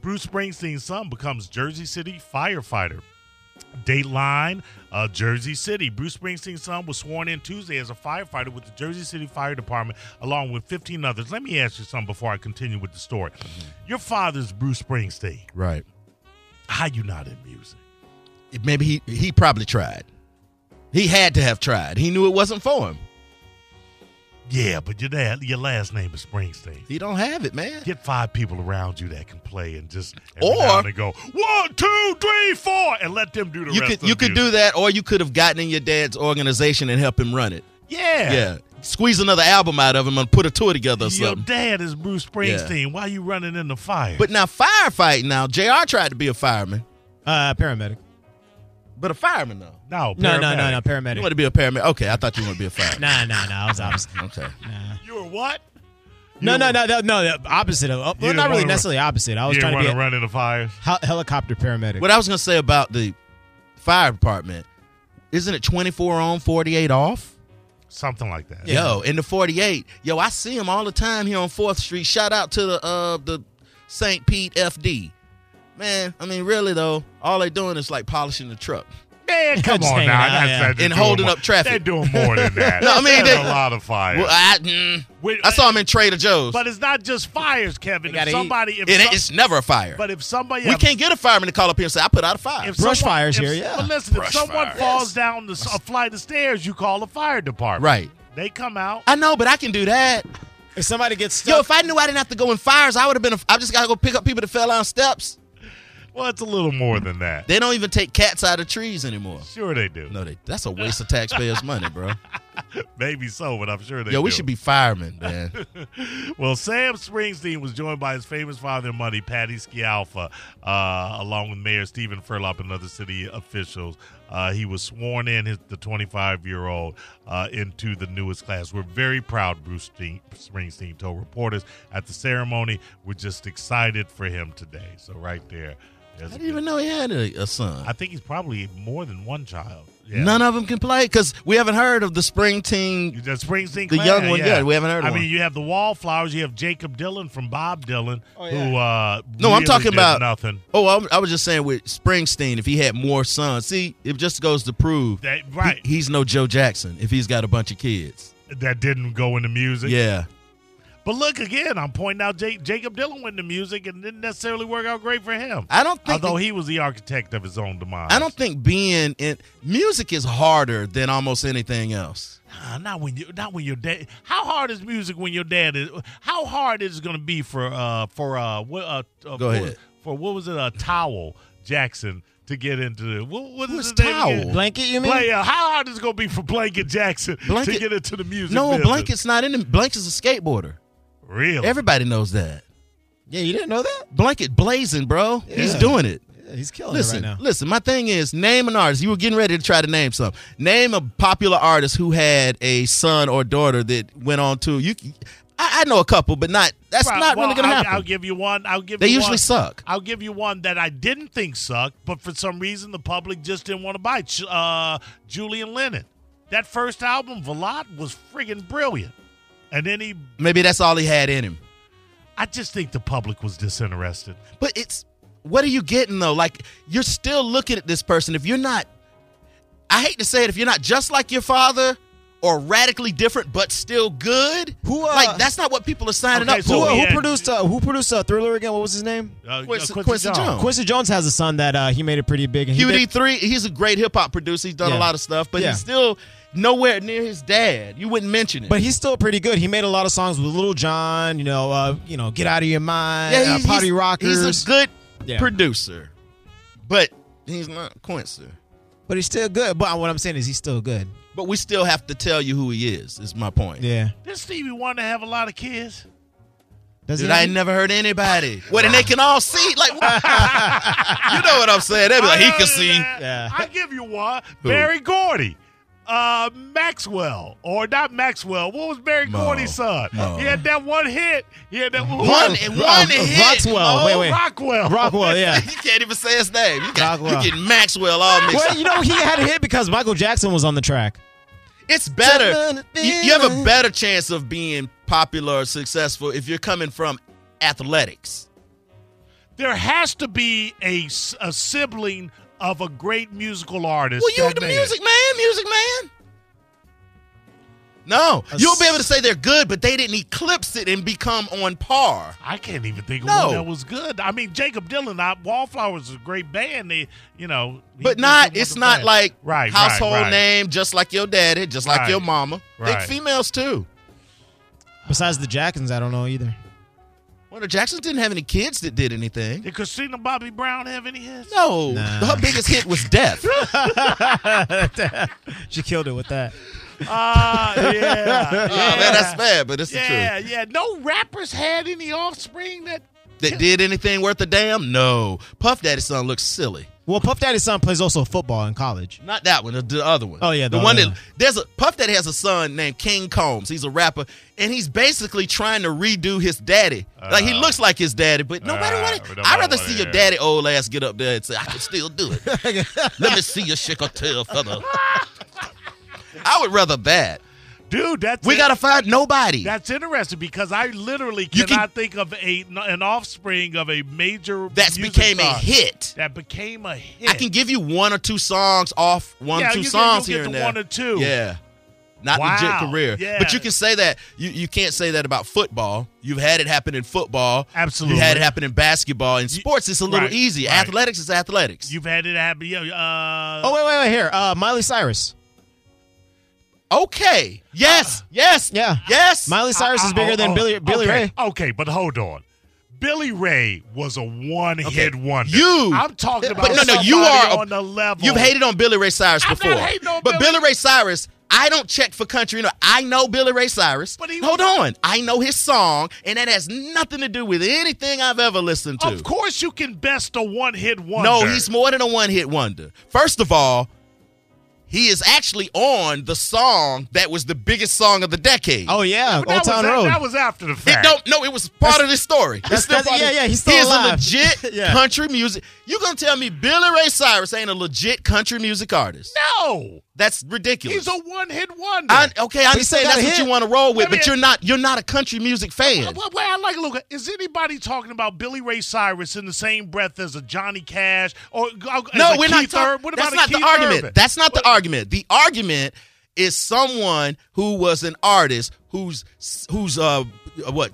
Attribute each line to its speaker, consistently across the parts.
Speaker 1: Bruce Springsteen's son becomes Jersey City firefighter. Dateline, uh, Jersey City. Bruce Springsteen's son was sworn in Tuesday as a firefighter with the Jersey City Fire Department, along with 15 others. Let me ask you something before I continue with the story.
Speaker 2: Mm-hmm.
Speaker 1: Your father's Bruce Springsteen.
Speaker 2: Right.
Speaker 1: How you not in music?
Speaker 2: Maybe he he probably tried. He had to have tried. He knew it wasn't for him.
Speaker 1: Yeah, but your dad, your last name is Springsteen.
Speaker 2: He don't have it, man.
Speaker 1: Get five people around you that can play and just
Speaker 2: Or-
Speaker 1: or and go one, two, three, four, and let them do the
Speaker 2: You
Speaker 1: rest.
Speaker 2: could
Speaker 1: of
Speaker 2: you
Speaker 1: the
Speaker 2: could do that, or you could have gotten in your dad's organization and help him run it.
Speaker 1: Yeah.
Speaker 2: Yeah. Squeeze another album out of him and put a tour together or
Speaker 1: Your
Speaker 2: something.
Speaker 1: dad is Bruce Springsteen. Why you running in the fire?
Speaker 2: But now firefighting now. JR tried to be a fireman.
Speaker 3: Uh, paramedic.
Speaker 2: But a fireman though.
Speaker 1: no,
Speaker 3: No, no, no,
Speaker 1: paramedic.
Speaker 3: no,
Speaker 2: You
Speaker 3: paramedic.
Speaker 2: want to be a paramedic? Okay, I thought you want to be a fireman.
Speaker 3: Nah, nah, nah. I was opposite.
Speaker 2: Okay.
Speaker 3: Nah.
Speaker 1: You were what?
Speaker 3: No,
Speaker 1: You-
Speaker 3: no, no, no, no. the Opposite of. uh,
Speaker 1: You
Speaker 3: Well, not really
Speaker 1: wanna-
Speaker 3: necessarily opposite. I was
Speaker 1: you
Speaker 3: trying to
Speaker 1: want
Speaker 3: be
Speaker 1: to
Speaker 3: a
Speaker 1: run in the fire.
Speaker 3: hel- helicopter paramedic.
Speaker 2: What I was gonna say about the fire department, isn't it twenty four on, forty eight off?
Speaker 1: Something like that.
Speaker 2: Yo, in the forty eight, yo, I see him all the time here on Fourth Street. Shout out to the uh the St. Pete FD. Man, I mean, really though, all they doing is like polishing the truck.
Speaker 1: Man, come
Speaker 3: Just
Speaker 1: on
Speaker 3: hanging
Speaker 1: now.
Speaker 3: out,
Speaker 1: That's-
Speaker 3: yeah.
Speaker 1: that's- they're
Speaker 2: And
Speaker 1: doing
Speaker 2: holding
Speaker 1: more-
Speaker 2: up traffic.
Speaker 1: They're doing more than that.
Speaker 2: No, I mean,
Speaker 1: There's
Speaker 2: they-
Speaker 1: a lot of fire.
Speaker 2: Well, I, mm,
Speaker 1: Wait,
Speaker 2: I saw him in Trader Joe's.
Speaker 1: But it's not just fires, Kevin.
Speaker 3: They
Speaker 1: If
Speaker 3: gotta
Speaker 1: somebody, if
Speaker 2: It, ain't-
Speaker 1: some-
Speaker 2: it's never a fire.
Speaker 1: but if somebody,
Speaker 2: we can't get a fireman to call up here and say, I put out a fire.
Speaker 1: If
Speaker 3: Brush
Speaker 1: someone-
Speaker 3: fires
Speaker 1: if-
Speaker 3: here, yeah.
Speaker 1: But listen, if
Speaker 2: Brush
Speaker 1: someone
Speaker 2: fires.
Speaker 1: falls down the, s- a flight of stairs, you call the fire department.
Speaker 2: Right.
Speaker 1: They come out.
Speaker 2: I know, but I can do that.
Speaker 3: If somebody gets
Speaker 2: Yo,
Speaker 3: stuck,
Speaker 2: if I knew I didn't have to go in fires, I would have been. A, I just gotta go pick up people that fell down steps.
Speaker 1: Well, it's a little more than that.
Speaker 2: They don't even take cats out of trees anymore.
Speaker 1: Sure, they do.
Speaker 2: No, they, that's a waste of taxpayers' money, bro.
Speaker 1: Maybe so, but I'm sure they.
Speaker 2: Yo, we
Speaker 1: do.
Speaker 2: should be firemen, man.
Speaker 1: Well, Sam Springsteen was joined by his famous father and mother, Patty Scialfa, uh, along with Mayor Stephen Furlop and other city officials. Uh, he was sworn in, his, the 25 year old, uh, into the newest class. We're very proud, Bruce Steen- Springsteen told reporters at the ceremony. We're just excited for him today. So, right there.
Speaker 2: I didn't even know he had a, a son.
Speaker 1: I think he's probably more than one child. Yeah.
Speaker 2: None of them can play because we haven't heard of the spring
Speaker 1: You
Speaker 2: team.
Speaker 1: just Springsteen,
Speaker 2: The
Speaker 1: Clan,
Speaker 2: young one, yeah, we haven't heard of
Speaker 1: I
Speaker 2: one.
Speaker 1: mean, you have the Wallflowers. You have Jacob Dylan from Bob Dylan,
Speaker 3: Oh,
Speaker 1: who uh,
Speaker 2: No, I'm
Speaker 1: really
Speaker 2: talking
Speaker 1: did
Speaker 2: about-
Speaker 1: nothing.
Speaker 2: Oh, I, I was just saying with Springsteen, if he had more sons, see, it just goes to prove
Speaker 1: That right,
Speaker 2: he- he's no Joe Jackson if he's got a bunch of kids.
Speaker 1: that didn't go into music.
Speaker 2: Yeah.
Speaker 1: But look again, I'm pointing out Jake, Jacob Dylan went into music and didn't necessarily work out great for him.
Speaker 2: I don't think
Speaker 1: Although he was the architect of his own demise.
Speaker 2: I don't think being in music is harder than almost anything else.
Speaker 1: Nah, not when you not when your dad. How hard is music when your dad is? How hard is it going to be for uh for uh what uh, uh
Speaker 2: Go
Speaker 1: for,
Speaker 2: ahead.
Speaker 1: for what was it a uh, towel Jackson to get into what was
Speaker 2: Who's
Speaker 1: his name again?
Speaker 2: Towel?
Speaker 3: blanket, you mean?
Speaker 1: Play, uh, how hard is it going to be for Blanket Jackson to
Speaker 2: Blanket-
Speaker 1: get into the music?
Speaker 2: No,
Speaker 1: business?
Speaker 2: Blanket's not in. The, Blanket's a skateboarder.
Speaker 1: Really?
Speaker 2: Everybody knows that.
Speaker 3: Yeah, you didn't know that?
Speaker 2: Blanket blazing, bro. He's doing it.
Speaker 3: Yeah, he's killing
Speaker 2: Listen,
Speaker 3: it right now.
Speaker 2: listen. My thing is, name an artist. You were getting ready to try to name some. Name a popular artist who had a son or daughter that went on to you. I, I know a couple, but not. That's
Speaker 1: Well,
Speaker 2: not really gonna
Speaker 1: I'll,
Speaker 2: happen.
Speaker 1: I'll give you one. I'll give
Speaker 2: they
Speaker 1: you
Speaker 2: usually
Speaker 1: one.
Speaker 2: suck.
Speaker 1: I'll give you one that I didn't think sucked, but for some reason the public just didn't want to buy. Ch- Uh, Julian Lennon. That first album, Velat, was friggin' brilliant. And then he,
Speaker 2: Maybe that's all he had in him.
Speaker 1: I just think the public was disinterested.
Speaker 2: But it's what are you getting though? Like you're still looking at this person. If you're not, I hate to say it, if you're not just like your father or radically different but still good,
Speaker 3: Who, uh,
Speaker 2: like that's not what people are signing
Speaker 1: Okay,
Speaker 2: up
Speaker 1: so
Speaker 3: Who,
Speaker 2: for.
Speaker 3: uh,
Speaker 1: Yeah.
Speaker 3: who produced uh, Who produced uh, Thriller again? What was his name?
Speaker 1: Uh,
Speaker 2: Quincy-
Speaker 1: uh,
Speaker 2: Quincy Jones.
Speaker 3: Quincy Jones has a son that uh, he made it pretty big. And he did-
Speaker 2: QD3, he's a great hip hop producer. He's done
Speaker 3: Yeah.
Speaker 2: a lot of stuff, but
Speaker 3: Yeah.
Speaker 2: he's still nowhere near his dad. You wouldn't mention it.
Speaker 3: But he's still pretty good. He made a lot of songs with Little John, you know, uh, you know, Get Out of Your Mind,
Speaker 2: yeah,
Speaker 3: uh, Potty Rockers.
Speaker 2: He's a good
Speaker 3: Yeah.
Speaker 2: producer, but he's not Quincy.
Speaker 3: but he's still good. But what I'm saying is he's still good.
Speaker 2: But we still have to tell you who he is. Is my point.
Speaker 3: Yeah.
Speaker 1: Did Stevie Wonder have a lot of kids?
Speaker 3: Does
Speaker 2: Dude,
Speaker 3: he?
Speaker 2: I ain't never heard anybody. Well, then they can all see. Like, what? you know what I'm saying? They be like, he can see.
Speaker 3: Yeah.
Speaker 1: uh, I give you one.
Speaker 2: Who?
Speaker 1: Barry Gordy. Uh, Maxwell, or not Maxwell. What was Barry
Speaker 2: Mo.
Speaker 1: Gordy's son?
Speaker 2: Mo.
Speaker 1: He had that one hit. He had that one,
Speaker 2: One, one hit.
Speaker 3: Roxwell.
Speaker 2: Mo.
Speaker 3: Uh, Wait, wait.
Speaker 1: Rockwell.
Speaker 3: Rockwell, yeah.
Speaker 2: You can't even say his name. You, got,
Speaker 3: Rockwell.
Speaker 2: you get Maxwell all mixed
Speaker 3: well,
Speaker 2: up.
Speaker 3: you know, he had a hit because Michael Jackson was on the track.
Speaker 2: It's better. You, you have a better chance of being popular or successful if you're coming from athletics.
Speaker 1: there has to be a, s- a sibling of a great musical artist.
Speaker 2: Well, you
Speaker 1: that
Speaker 2: the
Speaker 1: made it.
Speaker 2: music man, music man. No, you'll be able to say they're good, but they didn't eclipse it and become on par.
Speaker 1: I can't even think of
Speaker 2: No.
Speaker 1: one that was good. I mean, Jacob Dylan, I, Wallflowers is a great band. They, you know, he
Speaker 2: But
Speaker 1: did
Speaker 2: not,
Speaker 1: some
Speaker 2: it's
Speaker 1: other
Speaker 2: not
Speaker 1: band.
Speaker 2: like
Speaker 1: Right, right,
Speaker 2: household
Speaker 1: right.
Speaker 2: name, just like your daddy, just like
Speaker 1: Right.
Speaker 2: your mama. Think
Speaker 1: Right.
Speaker 2: females too.
Speaker 3: Besides the Jacksons, I don't know either.
Speaker 2: Well, the Jacksons didn't have any kids that did anything.
Speaker 1: Did Christina Bobby Brown have any hits?
Speaker 2: No,
Speaker 3: Nah.
Speaker 2: her biggest hit was death.
Speaker 3: she killed it with that.
Speaker 1: Ah, yeah.
Speaker 2: Oh, man, that's bad, but it's the
Speaker 1: Yeah, yeah. No rappers had any offspring that.
Speaker 2: truth. That did anything worth a damn? No. Puff Daddy's son looks silly.
Speaker 3: Well, Puff Daddy's son plays also football in college.
Speaker 2: Not that one, the, the other one.
Speaker 3: Oh, yeah,
Speaker 2: the,
Speaker 3: the
Speaker 2: one
Speaker 3: other
Speaker 2: that
Speaker 3: one.
Speaker 2: there's a Puff Daddy has a son named King Combs. He's a rapper, and he's basically trying to redo his daddy. like he
Speaker 1: Uh,
Speaker 2: looks like his daddy, but nobody
Speaker 1: uh,
Speaker 2: want
Speaker 1: we
Speaker 2: to.
Speaker 1: don't
Speaker 2: I'd rather
Speaker 1: wanna
Speaker 2: see your
Speaker 1: hear.
Speaker 2: daddy old ass get up there and say, "I can still do it." Let me see your shake or tail feather. I would rather that.
Speaker 1: Dude, that's
Speaker 2: We gotta find nobody.
Speaker 1: That's interesting because I literally
Speaker 2: You can-
Speaker 1: cannot think of a an offspring of a major
Speaker 2: That's
Speaker 1: music
Speaker 2: became a
Speaker 1: star
Speaker 2: hit.
Speaker 1: That became a hit.
Speaker 2: I can give you one or two songs off one
Speaker 1: yeah,
Speaker 2: or two
Speaker 1: you can-
Speaker 2: songs
Speaker 1: you'll
Speaker 2: here
Speaker 1: get
Speaker 2: and
Speaker 1: to
Speaker 2: there.
Speaker 1: One or two.
Speaker 2: Yeah. Not
Speaker 1: Wow.
Speaker 2: legit career.
Speaker 1: Yeah.
Speaker 2: But you can say that. You you can't say that about football. You've had it happen in football.
Speaker 1: Absolutely.
Speaker 2: You had it happen in basketball. In sports, it's a little
Speaker 1: right,
Speaker 2: easy.
Speaker 1: right.
Speaker 2: Athletics is athletics.
Speaker 1: You've had it happen. Yeah. Uh,
Speaker 3: Oh wait, wait, wait. Here, uh, Miley Cyrus.
Speaker 2: okay.
Speaker 1: Uh,
Speaker 2: Yes. yes.
Speaker 3: yeah.
Speaker 2: Yes.
Speaker 3: Miley Cyrus is
Speaker 1: I-
Speaker 3: bigger
Speaker 1: oh,
Speaker 3: than
Speaker 1: oh,
Speaker 3: Billy Billy
Speaker 1: okay,
Speaker 3: Ray.
Speaker 1: Okay, but hold on. Billy Ray was a one-hit wonder.
Speaker 2: You-
Speaker 1: I'm talking about.
Speaker 2: but no, no, you
Speaker 1: somebody
Speaker 2: are a-
Speaker 1: on the level.
Speaker 2: You've hated on Billy Ray Cyrus
Speaker 1: I'm not
Speaker 2: before.
Speaker 1: hating on
Speaker 2: but
Speaker 1: Billy-
Speaker 2: Billy Ray Cyrus, I don't check for country. You know, I know Billy Ray Cyrus.
Speaker 1: But he
Speaker 2: Hold
Speaker 1: was-
Speaker 2: on. I know his song, and that has nothing to do with anything I've ever listened to.
Speaker 1: Of course, you can best a one-hit wonder.
Speaker 2: No, he's more than a one hit wonder. First of all, he is actually on the song that was the biggest song of the decade.
Speaker 3: Oh yeah,
Speaker 1: That
Speaker 3: Old
Speaker 1: was,
Speaker 3: Town
Speaker 1: a-
Speaker 3: Road.
Speaker 1: That was after the
Speaker 2: It
Speaker 1: fact.
Speaker 2: don't no, it was part of this story. It's
Speaker 3: that's-
Speaker 2: still part
Speaker 3: that's-
Speaker 2: of-
Speaker 3: yeah, yeah, he's still
Speaker 2: he
Speaker 3: alive.
Speaker 2: is a legit
Speaker 3: Yeah.
Speaker 2: country music. You gonna tell me Billy Ray Cyrus ain't a legit country music artist?
Speaker 1: No,
Speaker 2: That's ridiculous.
Speaker 1: he's a one-hit wonder. Uh,
Speaker 2: I, okay, I
Speaker 3: But he still
Speaker 2: understand
Speaker 3: got
Speaker 2: that's
Speaker 3: a
Speaker 2: what
Speaker 3: hit.
Speaker 2: you want to roll with,
Speaker 1: Let me-
Speaker 2: but you're not you're not a country music fan.
Speaker 1: Well, well, I like Luca. Is anybody talking about Billy Ray Cyrus in the same breath as a Johnny Cash or uh,
Speaker 2: No,
Speaker 1: as a
Speaker 2: we're not
Speaker 1: Keith
Speaker 2: talking.
Speaker 1: Urban? What
Speaker 2: that's
Speaker 1: about a
Speaker 2: not the
Speaker 1: Keith
Speaker 2: argument.
Speaker 1: Urban?
Speaker 2: That's not the argument. The argument is someone who was an artist who's who's uh what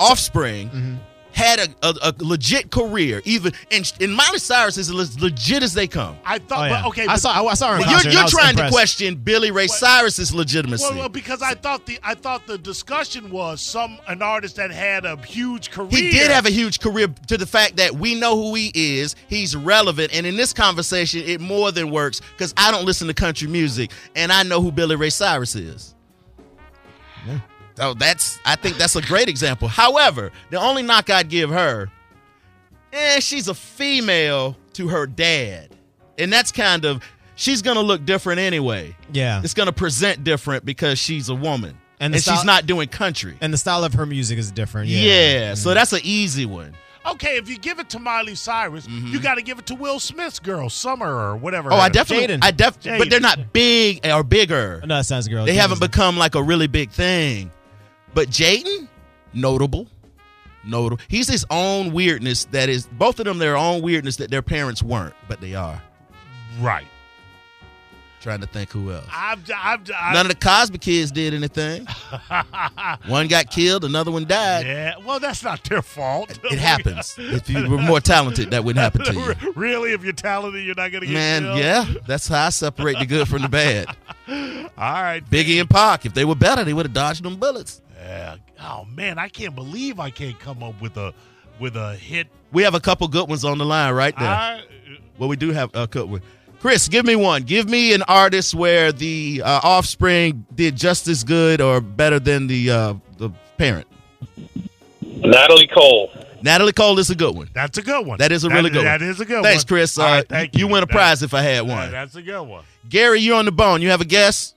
Speaker 2: offspring
Speaker 1: Mm-hmm.
Speaker 2: had a, a, a legit career. Even and, and Miley Cyrus is as legit as they come.
Speaker 1: I thought.
Speaker 3: Oh, yeah.
Speaker 1: but, okay,
Speaker 3: I
Speaker 1: but-
Speaker 3: saw I, I saw her. In
Speaker 2: But
Speaker 3: concert
Speaker 2: you're
Speaker 3: and I
Speaker 2: you're
Speaker 3: was
Speaker 2: trying
Speaker 3: impressed.
Speaker 2: to question Billy Ray Cyrus's legitimacy.
Speaker 1: Well, well, because I thought the I thought the discussion was some an artist that had a huge career.
Speaker 2: he did have a huge career to the fact that we know who he is. He's relevant, and in this conversation, it more than works because I don't listen to country music, and I know who Billy Ray Cyrus is. So that's I think that's a great example. However, the only knock I'd give her, eh, she's a female to her dad, and that's kind of she's gonna look different anyway.
Speaker 3: Yeah,
Speaker 2: It's gonna present different because she's a woman, and,
Speaker 3: And the
Speaker 2: she's
Speaker 3: style-
Speaker 2: not doing country.
Speaker 3: and the style of her music is different.
Speaker 2: yeah,
Speaker 3: Yeah,
Speaker 2: so that's an easy one.
Speaker 1: Okay, if you give it to Miley Cyrus, you got to give it to Will Smith's girl, Summer or whatever.
Speaker 2: Mm-hmm. Oh,
Speaker 1: her
Speaker 2: I
Speaker 1: name-
Speaker 2: definitely,
Speaker 3: Jaden.
Speaker 2: I def, but
Speaker 1: Jaden.
Speaker 2: they're not big or bigger.
Speaker 3: no, that sounds girl.
Speaker 2: They
Speaker 3: Jaden's-
Speaker 2: haven't become like a really big thing. But Jaden, notable, notable. He's his own weirdness that is both of them their own weirdness that their parents weren't, but they are.
Speaker 1: Right.
Speaker 2: Trying to think who else.
Speaker 1: I'm. I'm. I'm
Speaker 2: None of the Cosby kids did anything. one got killed, another one died.
Speaker 1: yeah. Well, that's not their fault.
Speaker 2: It happens. if you were more talented, that wouldn't happen to you.
Speaker 1: really, if you're talented, you're not going to get
Speaker 2: Man,
Speaker 1: killed?
Speaker 2: yeah, that's how I separate the good from the bad.
Speaker 1: All right.
Speaker 2: Biggie and Pac, if they were better, they would have dodged them bullets.
Speaker 1: Yeah. Oh man, I can't believe I can't come up with a with a hit.
Speaker 2: We have a couple good ones on the line right now.
Speaker 1: Uh-huh. I-
Speaker 2: Well, we do have a good one. Chris, give me one. Give me an artist where the uh, offspring did just as good or better than the uh, the parent.
Speaker 4: Natalie Cole.
Speaker 2: Natalie Cole is a good one.
Speaker 1: that's a good one.
Speaker 2: That is a
Speaker 1: That-
Speaker 2: really good
Speaker 1: That
Speaker 2: one.
Speaker 1: is a good one.
Speaker 2: Thanks, Chris. Uh,
Speaker 1: All right, thank
Speaker 2: you. win a
Speaker 1: That-
Speaker 2: prize if I had one.
Speaker 1: that- that's a good one.
Speaker 2: Gary, you're on the bone. You have a guess?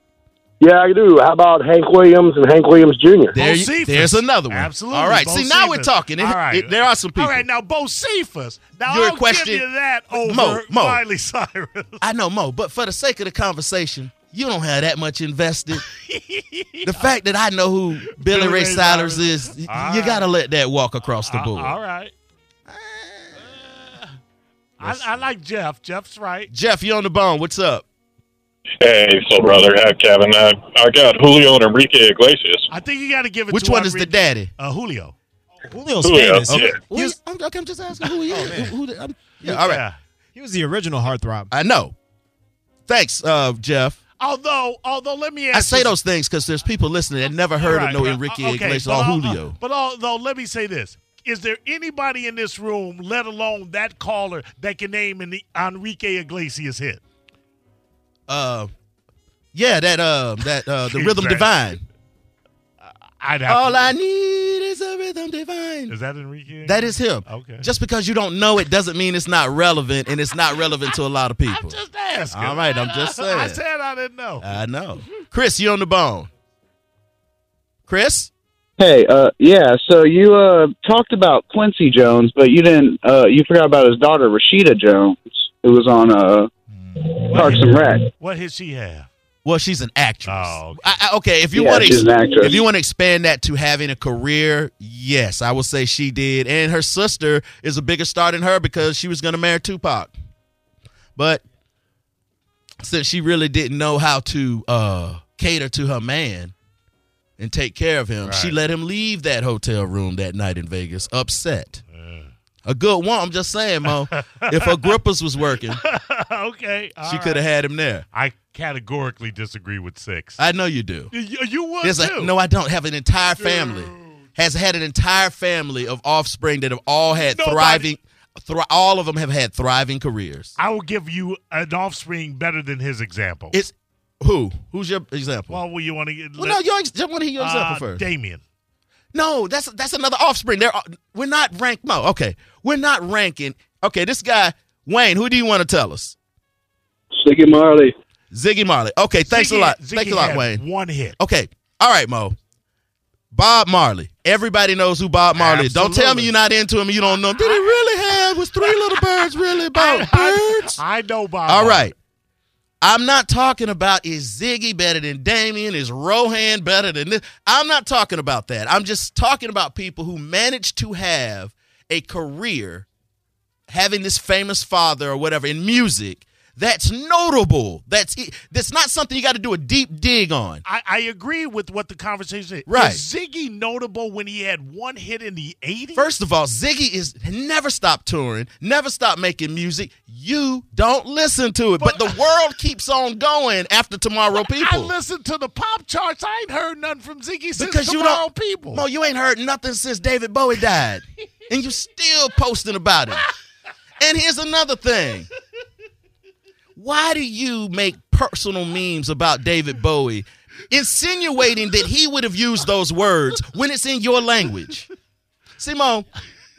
Speaker 4: Yeah, I do. How about Hank Williams and Hank Williams Jr.?
Speaker 2: There you-
Speaker 1: Bocephus.
Speaker 2: there's another one.
Speaker 1: Absolutely.
Speaker 2: All right. See, now we're
Speaker 1: Bocephus.
Speaker 2: talking. It-
Speaker 1: All right.
Speaker 2: it- there are some people.
Speaker 1: All right, now Bocephus. Now
Speaker 2: Your
Speaker 1: I'll
Speaker 2: question-
Speaker 1: give you that over
Speaker 2: Mo, Mo.
Speaker 1: Miley Cyrus.
Speaker 2: I know Mo, but for the sake of the conversation, you don't have that much invested. the fact that I know who Billy Ray Cyrus is, y-
Speaker 1: All
Speaker 2: you
Speaker 1: right.
Speaker 2: gotta let that walk across the
Speaker 1: Uh,
Speaker 2: board.
Speaker 1: all right.
Speaker 2: Uh,
Speaker 1: I, I like Jeff. Jeff's right.
Speaker 2: Jeff, you on the bone? What's up?
Speaker 5: Hey, so brother, hi Kevin. I, I got Julio and Enrique Iglesias.
Speaker 1: I think you got to give it.
Speaker 2: Which
Speaker 1: to
Speaker 2: one is the
Speaker 1: Enrique-
Speaker 2: daddy?
Speaker 1: Uh, Julio.
Speaker 3: Julio's
Speaker 5: Julio,
Speaker 3: famous.
Speaker 5: okay.
Speaker 2: Who is- I'm, okay, I'm just asking who he
Speaker 1: Oh,
Speaker 2: is.
Speaker 3: man.
Speaker 2: Who- who- I'm- yeah, all right.
Speaker 1: Yeah.
Speaker 3: He was the original heartthrob.
Speaker 2: I know. Thanks, uh, Jeff.
Speaker 1: Although, although, let me ask.
Speaker 2: I say
Speaker 1: this-
Speaker 2: those things because there's people listening that never heard
Speaker 1: Right,
Speaker 2: of no
Speaker 1: right.
Speaker 2: Enrique
Speaker 1: Uh, okay,
Speaker 2: Iglesias
Speaker 1: but
Speaker 2: or
Speaker 1: al-
Speaker 2: Julio.
Speaker 1: But although, let me say this: Is there anybody in this room, let alone that caller, that can name an Enrique Iglesias hit?
Speaker 2: Uh, yeah, that uh, that uh, the rhythm
Speaker 1: Exactly.
Speaker 2: divine.
Speaker 1: I'd have.
Speaker 2: All
Speaker 1: to,
Speaker 2: I need is a rhythm divine.
Speaker 1: is that Enrique?
Speaker 2: That is him.
Speaker 1: Okay.
Speaker 2: Just because you don't know it doesn't mean it's not relevant, and it's not relevant to a lot of
Speaker 1: I'm
Speaker 2: people.
Speaker 1: just asking.
Speaker 2: All right, I'm just
Speaker 1: I
Speaker 2: saying.
Speaker 1: said I didn't know.
Speaker 2: I know. Chris, you on the bone. Chris,
Speaker 4: Hey, uh, yeah. So you uh talked about Quincy Jones, but you didn't. Uh, you forgot about his daughter Rashida Jones, who was on uh Parks and Rec.
Speaker 1: What hit she have?
Speaker 2: well, she's an actress.
Speaker 1: Oh, okay.
Speaker 2: I, I- okay. If you
Speaker 4: yeah,
Speaker 2: want
Speaker 4: she's
Speaker 2: to,
Speaker 4: an actress.
Speaker 2: if you want to expand that to having a career, yes, I would say she did, and her sister is a bigger star than her because she was going to marry Tupac, but since she really didn't know how to uh, cater to her man and take care of him, she
Speaker 1: Right.
Speaker 2: let him leave that hotel room that night in Vegas, upset. A good one. I'm just saying, Mo. if Agrippa's was working,
Speaker 1: okay. all
Speaker 2: she
Speaker 1: right.
Speaker 2: could have had him there.
Speaker 1: I categorically disagree with six.
Speaker 2: I know you do.
Speaker 1: you, you would
Speaker 2: There's
Speaker 1: too.
Speaker 2: a, no, I don't have an entire family. Has had an entire family of offspring that have all had
Speaker 1: Nobody-
Speaker 2: thriving. Thri- all of them have had thriving careers.
Speaker 1: I will give you an offspring better than his example.
Speaker 2: It's who? Who's your example?
Speaker 1: well, will you want to get?
Speaker 2: Well, no, you want to hear your example
Speaker 1: uh,
Speaker 2: first.
Speaker 1: Damien.
Speaker 2: No, that's that's another offspring. They're, uh, we're not rank. No, okay, we're not ranking. Okay, this guy Wayne. Who do you want to tell us?
Speaker 4: Ziggy Marley.
Speaker 2: Ziggy Marley. Okay, thanks
Speaker 1: Ziggy-
Speaker 2: a lot.
Speaker 1: Ziggy
Speaker 2: thanks a lot,
Speaker 1: had
Speaker 2: Wayne. Oh,
Speaker 1: One hit.
Speaker 2: Okay, all right, Mo. Bob Marley. Everybody knows who Bob Marley is. Don't tell me
Speaker 1: Absolutely.
Speaker 2: you're not into him. and You don't know. Him. Did he really have? Was three little birds really about
Speaker 1: I,
Speaker 2: birds?
Speaker 1: I know Bob.
Speaker 2: All
Speaker 1: Marley.
Speaker 2: right. I'm not talking about is Ziggy better than Damien? Is Rohan better than this? I'm not talking about that. I'm just talking about people who managed to have a career having this famous father or whatever in music. That's notable. That's it. That's not something you got to do a deep dig on.
Speaker 1: I, I agree with what the conversation is.
Speaker 2: Right.
Speaker 1: Is Ziggy notable when he had one hit in the 80s?
Speaker 2: First of all, Ziggy is never stopped touring, never stopped making music. You don't listen to it, but, the world keeps on going after tomorrow people.
Speaker 1: I listened to the pop charts. I ain't heard nothing from Ziggy since
Speaker 2: Because you
Speaker 1: Tomorrow
Speaker 2: don't-
Speaker 1: people.
Speaker 2: Mo, you ain't heard nothing since David Bowie died. and you still posting about it. And here's another thing. Why do you make personal memes about David Bowie, insinuating that he would have used those words when it's in your language? See, Mo,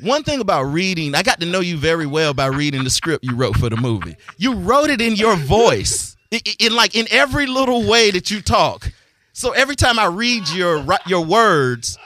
Speaker 2: one thing about reading, I got to know you very well by reading the script you wrote for the movie. You wrote it in your voice, i- i- in like in every little way that you talk. So every time I read your ri- your words,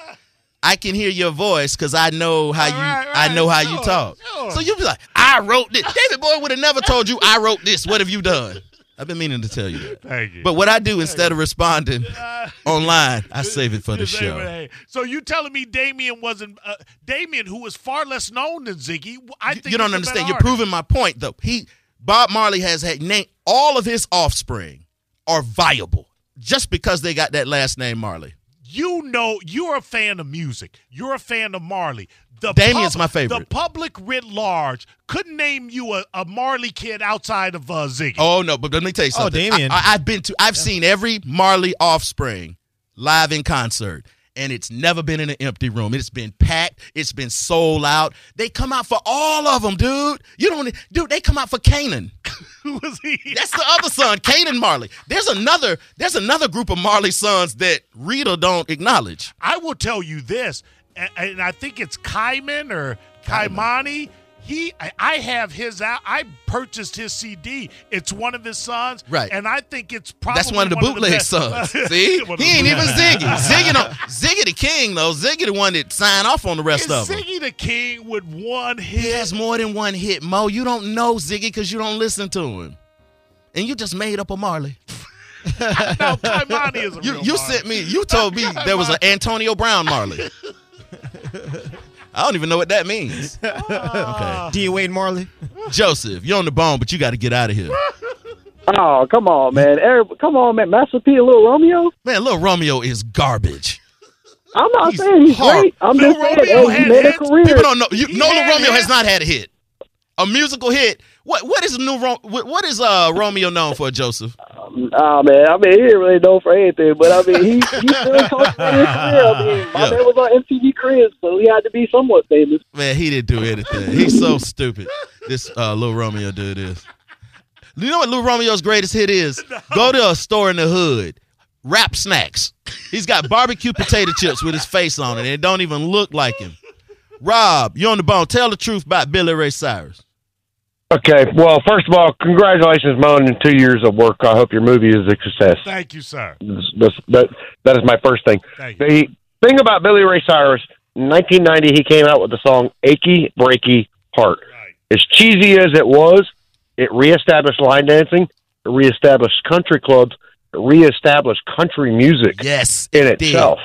Speaker 2: I can hear your voice because I know how you
Speaker 1: Right, right,
Speaker 2: I know how you
Speaker 1: sure,
Speaker 2: talk.
Speaker 1: sure.
Speaker 2: So you be like, I wrote this. David Boy would have never told you I wrote this. What have you done? I've been meaning to tell you that.
Speaker 1: Thank you.
Speaker 2: But what I do instead of responding
Speaker 1: Uh,
Speaker 2: online, I save it for the
Speaker 1: just say, but
Speaker 2: show.
Speaker 1: hey. So you telling me Damien wasn't uh, Damien, who was far less known than Ziggy? I think
Speaker 2: You don't
Speaker 1: he's a
Speaker 2: understand.
Speaker 1: better
Speaker 2: You're
Speaker 1: artist.
Speaker 2: proving my point though. He Bob Marley has had name all of his offspring are viable just because they got that last name Marley.
Speaker 1: you know you're a fan of music. You're a fan of Marley. The
Speaker 2: Damien's my favorite.
Speaker 1: The public writ large couldn't name you a, a Marley kid outside of uh, Ziggy.
Speaker 2: Oh no, but let me tell you
Speaker 3: Oh,
Speaker 2: something.
Speaker 3: Damien.
Speaker 2: I, have been to I've seen every Marley offspring live in concert. And it's never been in an empty room. It's been packed. It's been sold out. They come out for all of them, dude. You don't, dude. They come out for Canaan.
Speaker 1: Who was he?
Speaker 2: That's the other son, Canaan Marley. There's another. There's another group of Marley sons that Rita don't acknowledge.
Speaker 1: I will tell you this, and, and I think it's Kaiman or Kaimani. He, I- I have his out. I purchased his CD. It's one of his sons,
Speaker 2: Right.
Speaker 1: And I think it's probably
Speaker 2: That's one of the bootleg
Speaker 1: best-
Speaker 2: sons. See,
Speaker 1: One of
Speaker 2: he
Speaker 1: the
Speaker 2: ain't even
Speaker 1: bootleg-
Speaker 2: Ziggy. Ziggy, don't, Ziggy the king though. Ziggy the one that signed off on the rest
Speaker 1: Is
Speaker 2: of them.
Speaker 1: Ziggy the King with one
Speaker 2: He
Speaker 1: hit?
Speaker 2: has more than one hit, Mo. You don't know Ziggy because you don't listen to him. And you just made up a Marley.
Speaker 1: No, Kaimani is a
Speaker 2: You,
Speaker 1: real
Speaker 2: you
Speaker 1: Marley.
Speaker 2: sent me, you told me there was an Antonio Brown Marley. I don't even know what that means. Okay.
Speaker 3: D. Wade Marley.
Speaker 2: Joseph, you're on the bone, but you got to get out of here.
Speaker 4: Oh, come on, man. Every- come on, man. Master P and Little Romeo.
Speaker 2: Man, Little Romeo is garbage.
Speaker 4: I'm not
Speaker 2: He's
Speaker 4: saying he's
Speaker 2: hard.
Speaker 4: great. I'm
Speaker 1: Lil
Speaker 4: just saying
Speaker 1: Romeo
Speaker 4: hey,
Speaker 1: had
Speaker 4: he made a
Speaker 1: hits.
Speaker 4: career.
Speaker 2: People don't know. You,
Speaker 1: He
Speaker 2: no,
Speaker 1: had
Speaker 2: Romeo
Speaker 1: hits.
Speaker 2: has not had a hit. A musical hit. What what is new Ro- what, what is uh Romeo known for, Joseph?
Speaker 4: Nah, man. I mean, he didn't really know for anything, but I mean, he, he still talks about his career. I mean, my
Speaker 2: Yeah.
Speaker 4: man was on MTV Cribs, so he had to be somewhat famous.
Speaker 2: Man, he didn't do anything. He's so stupid. This uh Lil Romeo dude is. You know what Lil Romeo's greatest hit is? Go to a store in the hood. Wrap snacks. He's got barbecue potato chips with his face on it, and it don't even look like him. Rob, you on the bone. Tell the truth about Billy Ray Cyrus.
Speaker 5: Okay. Well, first of all, congratulations, Moan, and two years of work. I hope your movie is a success.
Speaker 1: Thank you, sir.
Speaker 5: That's- that's- that, that is my first thing.
Speaker 1: Thank you.
Speaker 5: The thing about Billy Ray Cyrus, 1990, he came out with the song "Achy Breaky Heart."
Speaker 1: Right.
Speaker 5: As cheesy as it was, it reestablished line dancing, it reestablished country clubs, it reestablished country music
Speaker 2: Yes,
Speaker 5: in
Speaker 2: it did.
Speaker 5: itself.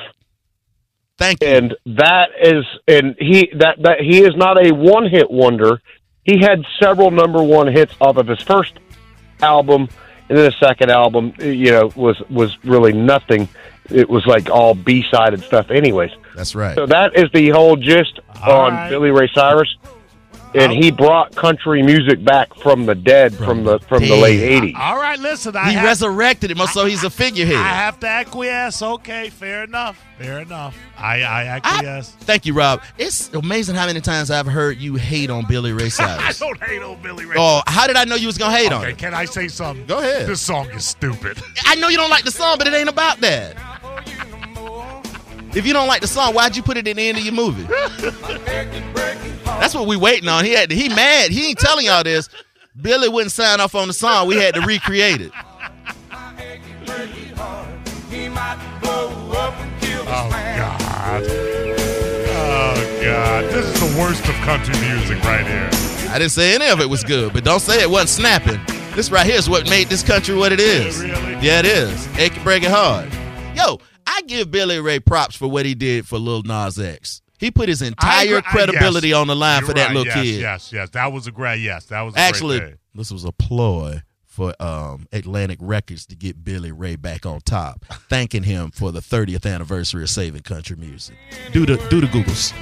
Speaker 2: Thank you.
Speaker 5: and that is and he that that he is not a one hit wonder. He had several number one hits off of his first album, and then his second album, you know, was was really nothing. It was like all B sided stuff, anyways.
Speaker 2: That's right.
Speaker 5: So that is the whole gist
Speaker 1: All
Speaker 5: on
Speaker 1: right.
Speaker 5: Billy Ray Cyrus, and he brought country music back from the dead from the from the late
Speaker 2: dead.
Speaker 5: '80s.
Speaker 1: All right, listen. I
Speaker 2: He
Speaker 1: have,
Speaker 2: resurrected him, so he's a figurehead.
Speaker 1: I have to acquiesce. Okay, fair enough. Fair enough. I, I acquiesce.
Speaker 2: Thank you, Rob. It's amazing how many times I've heard you hate on Billy Ray
Speaker 1: I
Speaker 2: Cyrus.
Speaker 1: don't hate old Billy Ray.
Speaker 2: oh, how did I know you was gonna hate on
Speaker 1: okay,
Speaker 2: him?
Speaker 1: can I say something?
Speaker 2: Go ahead.
Speaker 1: This song is stupid.
Speaker 2: I know you don't like the song, but it ain't about that. If you don't like the song, why'd you put it in the end of your movie? That's what we waiting on. He had to, he mad. He ain't telling y'all this. Billy wouldn't sign off on the song. We had to recreate it.
Speaker 1: Oh God. Oh God. This is the worst of country music right here.
Speaker 2: I didn't say any of it was good, but don't say it wasn't snapping. This right here is what made this country what it is.
Speaker 1: Really?
Speaker 2: Yeah, it is. It can break it hard. Yo, I give Billy Ray props for what he did for Lil Nas X. He put his
Speaker 1: I agree-
Speaker 2: entire
Speaker 1: I-
Speaker 2: credibility
Speaker 1: yes.
Speaker 2: on the line for
Speaker 1: You're
Speaker 2: that
Speaker 1: right.
Speaker 2: little
Speaker 1: yes,
Speaker 2: kid.
Speaker 1: Yes, yes, that was a great. Yes, that was a
Speaker 2: Actually,
Speaker 1: Great thing.
Speaker 2: this was a ploy for um, Atlantic Records to get Billy Ray back on top, thanking him for the 30th anniversary of saving country music. Do the do the Googles.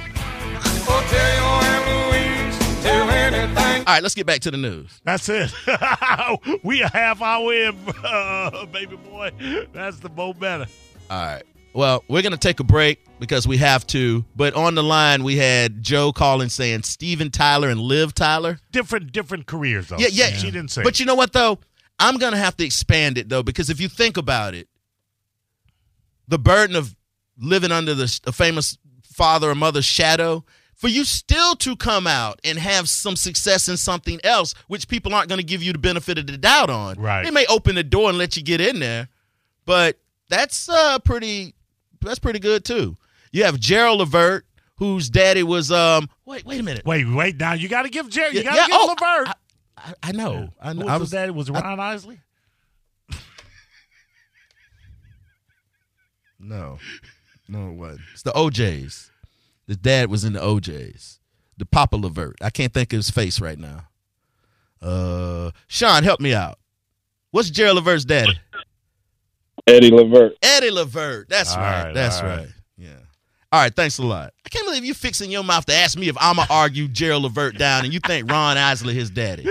Speaker 2: All right, let's get back to the news.
Speaker 1: That's it. we a half hour in, uh, baby boy. That's the Mo better.
Speaker 2: All right. Well, we're going to take a break because we have to. But on the line, we had Joe calling saying Steven Tyler and Liv Tyler.
Speaker 1: Different, different careers though.
Speaker 2: Yeah, yeah.
Speaker 1: Oh, She didn't say.
Speaker 2: But you know what, though? I'm going to have to expand it, though, because if you think about it, the burden of living under the, s- the famous father or mother's shadow, for you still to come out and have some success in something else, which people aren't going to give you the benefit of the doubt on.
Speaker 1: Right.
Speaker 2: They may open the door and let you get in there, but that's uh, pretty. That's pretty good too. You have Gerald Levert, whose daddy was um. Wait, wait a minute.
Speaker 1: wait, wait. Now you got to give Jerry. You
Speaker 2: Yeah,
Speaker 1: got to
Speaker 2: yeah,
Speaker 1: give
Speaker 2: oh,
Speaker 1: Levert.
Speaker 2: I, I know. I
Speaker 1: Who
Speaker 2: know.
Speaker 1: was,
Speaker 2: I
Speaker 1: his daddy? Was it Ron Isley?
Speaker 2: No, no, it wasn't. It's the OJ's. The dad was in the OJ's. The Papa Levert. I can't think of his face right now. Uh, Sean, help me out. What's Gerald Levert's daddy?
Speaker 5: Eddie Levert.
Speaker 2: Eddie Levert. That's
Speaker 1: All
Speaker 2: right.
Speaker 1: right,
Speaker 2: That's
Speaker 1: all
Speaker 2: right.
Speaker 1: right.
Speaker 2: Yeah. All right. Thanks a lot. I can't believe you fixing your mouth to ask me if I'ma argue Gerald Levert down, and you think Ron Isley his daddy.